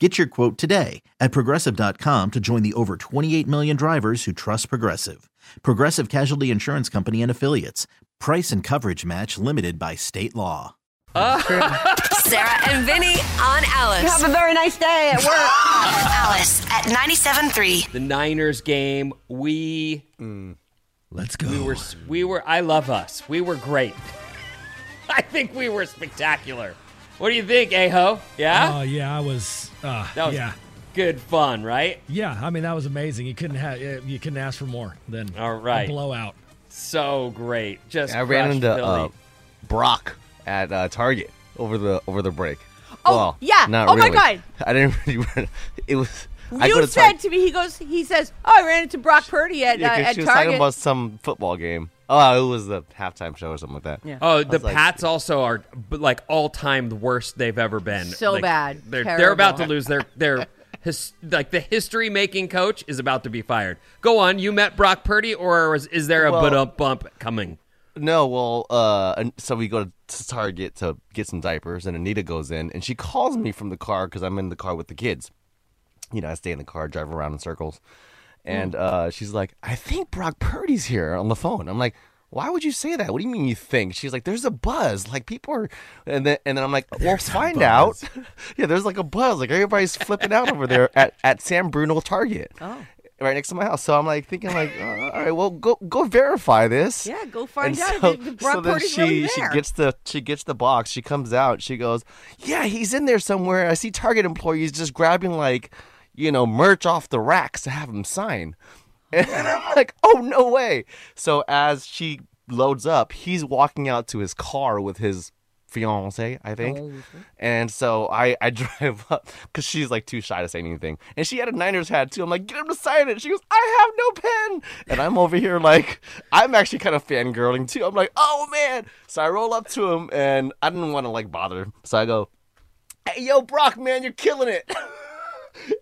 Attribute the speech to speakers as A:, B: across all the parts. A: Get your quote today at progressive.com to join the over 28 million drivers who trust Progressive. Progressive Casualty Insurance Company and Affiliates. Price and coverage match limited by state law.
B: Sarah and Vinny on Alice.
C: Have a very nice day at work.
B: Alice at 97.3.
D: the Niners game. We
A: Let's go.
D: we were we were I love us. We were great. I think we were spectacular. What do you think, Aho? Yeah?
E: Oh yeah, I was. Uh,
D: that was
E: yeah,
D: good fun, right?
E: yeah. I mean, that was amazing. You couldn't have. You couldn't ask for more than
D: All right.
E: a blowout.
D: So great. Just
F: I ran
D: crushed
F: into
D: Philly.
F: uh, Brock at uh, Target over the over the break.
C: Oh,
F: well,
C: yeah.
F: Not
C: Oh, my
F: really.
C: God.
F: I didn't really run. It was. I go
C: you
F: to
C: said
F: Target,
C: to me, he goes, he says, oh, I ran into Brock Purdy at,
F: yeah,
C: uh,
F: 'cause
C: at
F: she was
C: Target.
F: talking about some football game. Oh, it was the halftime show or something like that. Yeah.
D: Oh, the
F: like-
D: Pats also are b- like all time the worst they've ever been.
C: So
D: Like,
C: bad.
D: They're they're
C: Terrible.
D: about to lose their their his, like the history making coach is about to be fired. Go on, you met Brock Purdy, or is, is there a
F: Well-
D: but bump coming?
F: No, well, uh, and so we go to Target to get some diapers, and Anita goes in, and she calls me from the car because I'm in the car with the kids. You know, I stay in the car, drive around in circles,
C: Hmm.
F: and uh, she's like, "I think Brock Purdy's here on the phone." I'm like, "Why would you say that? What do you mean you think?" She's like, "There's a buzz, like people are," and then and then I'm like, "We'll find out." yeah, there's like a buzz, like everybody's flipping out over there at at San Bruno Target. Oh. Right next to my house, so I'm like thinking, like, uh, all right, well, go go verify this.
C: Yeah, go find
F: And
C: out if
F: so-
C: the- the Brock
F: so then
C: Purdy's
F: she
C: really
F: she
C: there.
F: gets the she gets the box. She comes out. She goes, "Yeah, he's in there somewhere. I see Target employees just grabbing like, you know, merch off the racks to have him sign." And I'm like, "Oh no way!" So as she loads up, he's walking out to his car with his fiance, I think. And so I I drive up because she's like too shy to say anything, and she had a Niners hat too. I'm like, "Get him to sign it." She goes, "I have no pen," and I'm over here like, I'm actually kind of fangirling too. I'm like, "Oh man!" So I roll up to him, and I didn't want to like bother, him. so I go, "Hey, yo, Brock, man, you're killing it."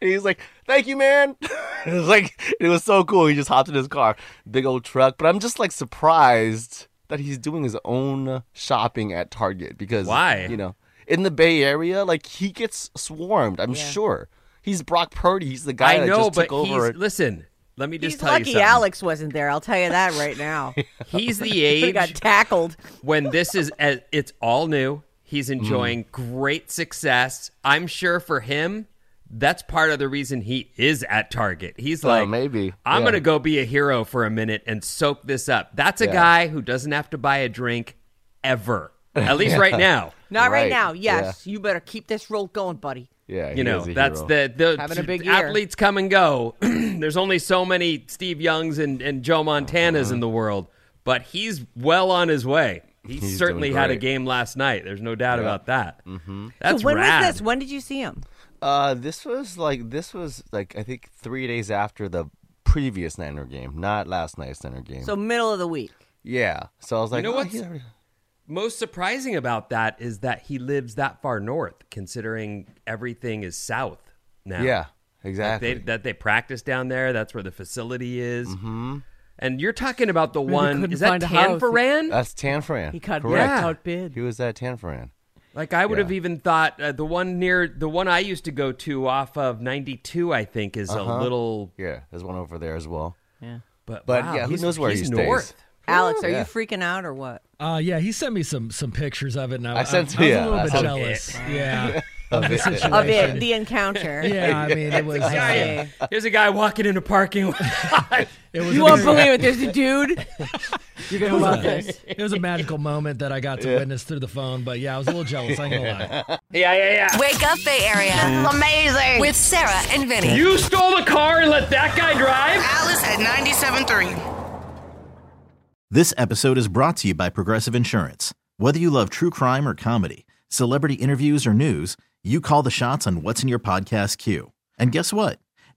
F: And he's like, "Thank you, man." it was like it was so cool. He just hopped in his car, big old truck. But I'm just like surprised that he's doing his own shopping at Target because
D: Why?
F: You know, in the Bay Area, like he gets swarmed. I'm sure he's Brock Purdy. He's the guy
D: I
F: that
D: know,
F: just
D: but
F: took over.
D: he's listen. Let me just
C: He's
D: tell you
C: lucky
D: something.
C: Alex wasn't there. I'll tell you that right now.
D: He's the
C: he
D: age
C: got tackled.
D: when this is as, it's all new. He's
F: Mm.
D: enjoying great success. I'm sure for him, that's part of the reason he is at Target. He's
F: Oh,
D: like,
F: maybe.
D: I'm
F: Yeah.
D: gonna go be a hero for a minute and soak this up. That's a
F: Yeah.
D: guy who doesn't have to buy a drink ever, at least right now.
C: Not right,
F: Right,
C: now. Yes, you better keep this roll going, buddy.
F: yeah,
D: You know, that's
F: the.
D: the the
C: Having a big year.
D: athletes come and go. There's only so many Steve Youngs and, and
F: Uh-huh.
D: Joe Montanas in the world, but he's well on his way. He certainly had a
F: great.
D: game last night. There's no doubt about that. Mm-hmm. That's
C: so when
D: rad.
C: was this? When did you see him?
F: Uh, this was like this was like I think three days after the previous Niner game, not last night's Niner game.
C: So middle of the week.
F: yeah, so I was like,
D: know
F: "Oh,
D: what's-
F: he's already-"
D: Most surprising about that is that he lives that far north, considering everything is south now.
F: yeah,
D: Like,
F: exactly.
D: they, that they practice down there. That's where the facility is. Mm-hmm. And you're talking about the one
C: couldn't
D: is that
C: find a house.
D: Tanforan?
F: That's Tanfran.
C: He got
F: Correct.
D: Yeah.
C: outbid.
F: He was at Tanfran.
D: Like I would have even thought uh, the one near the one I used to go to off of 92 I think is a little
F: Yeah, there's one over there as well.
D: but,
F: Uh-huh. But,
D: wow,
F: yeah, who
D: he's-
F: knows where
D: he's
F: he stays?
D: north.
C: Alex, are
F: Yeah.
C: you freaking out or what?
E: Uh, yeah, he sent me some some pictures of it, and I,
F: I sent-
E: I, I was
F: yeah,
E: a little
F: I
E: bit
F: sent-
E: jealous. Yeah,
F: of it.
C: of it, the encounter.
E: Yeah, I mean, it was. Uh,
C: Hey,
D: Here's a guy walking in a parking lot.
E: it was
C: You
E: a
C: won't
E: very-
C: believe it. There's a dude.
E: You're gonna love this. It was a magical moment that I got to witness through the phone, but yeah, I was a little jealous. I ain't gonna lie.
D: yeah, yeah, yeah.
B: Wake up, Bay Area,
G: Amazing.
B: with Sarah and Vinny.
D: You stole the car and let that guy drive?
G: Alice at 97.3.
A: This episode is brought to you by Progressive Insurance. Whether you love true crime or comedy, celebrity interviews or news, you call the shots on what's in your podcast queue. And guess what?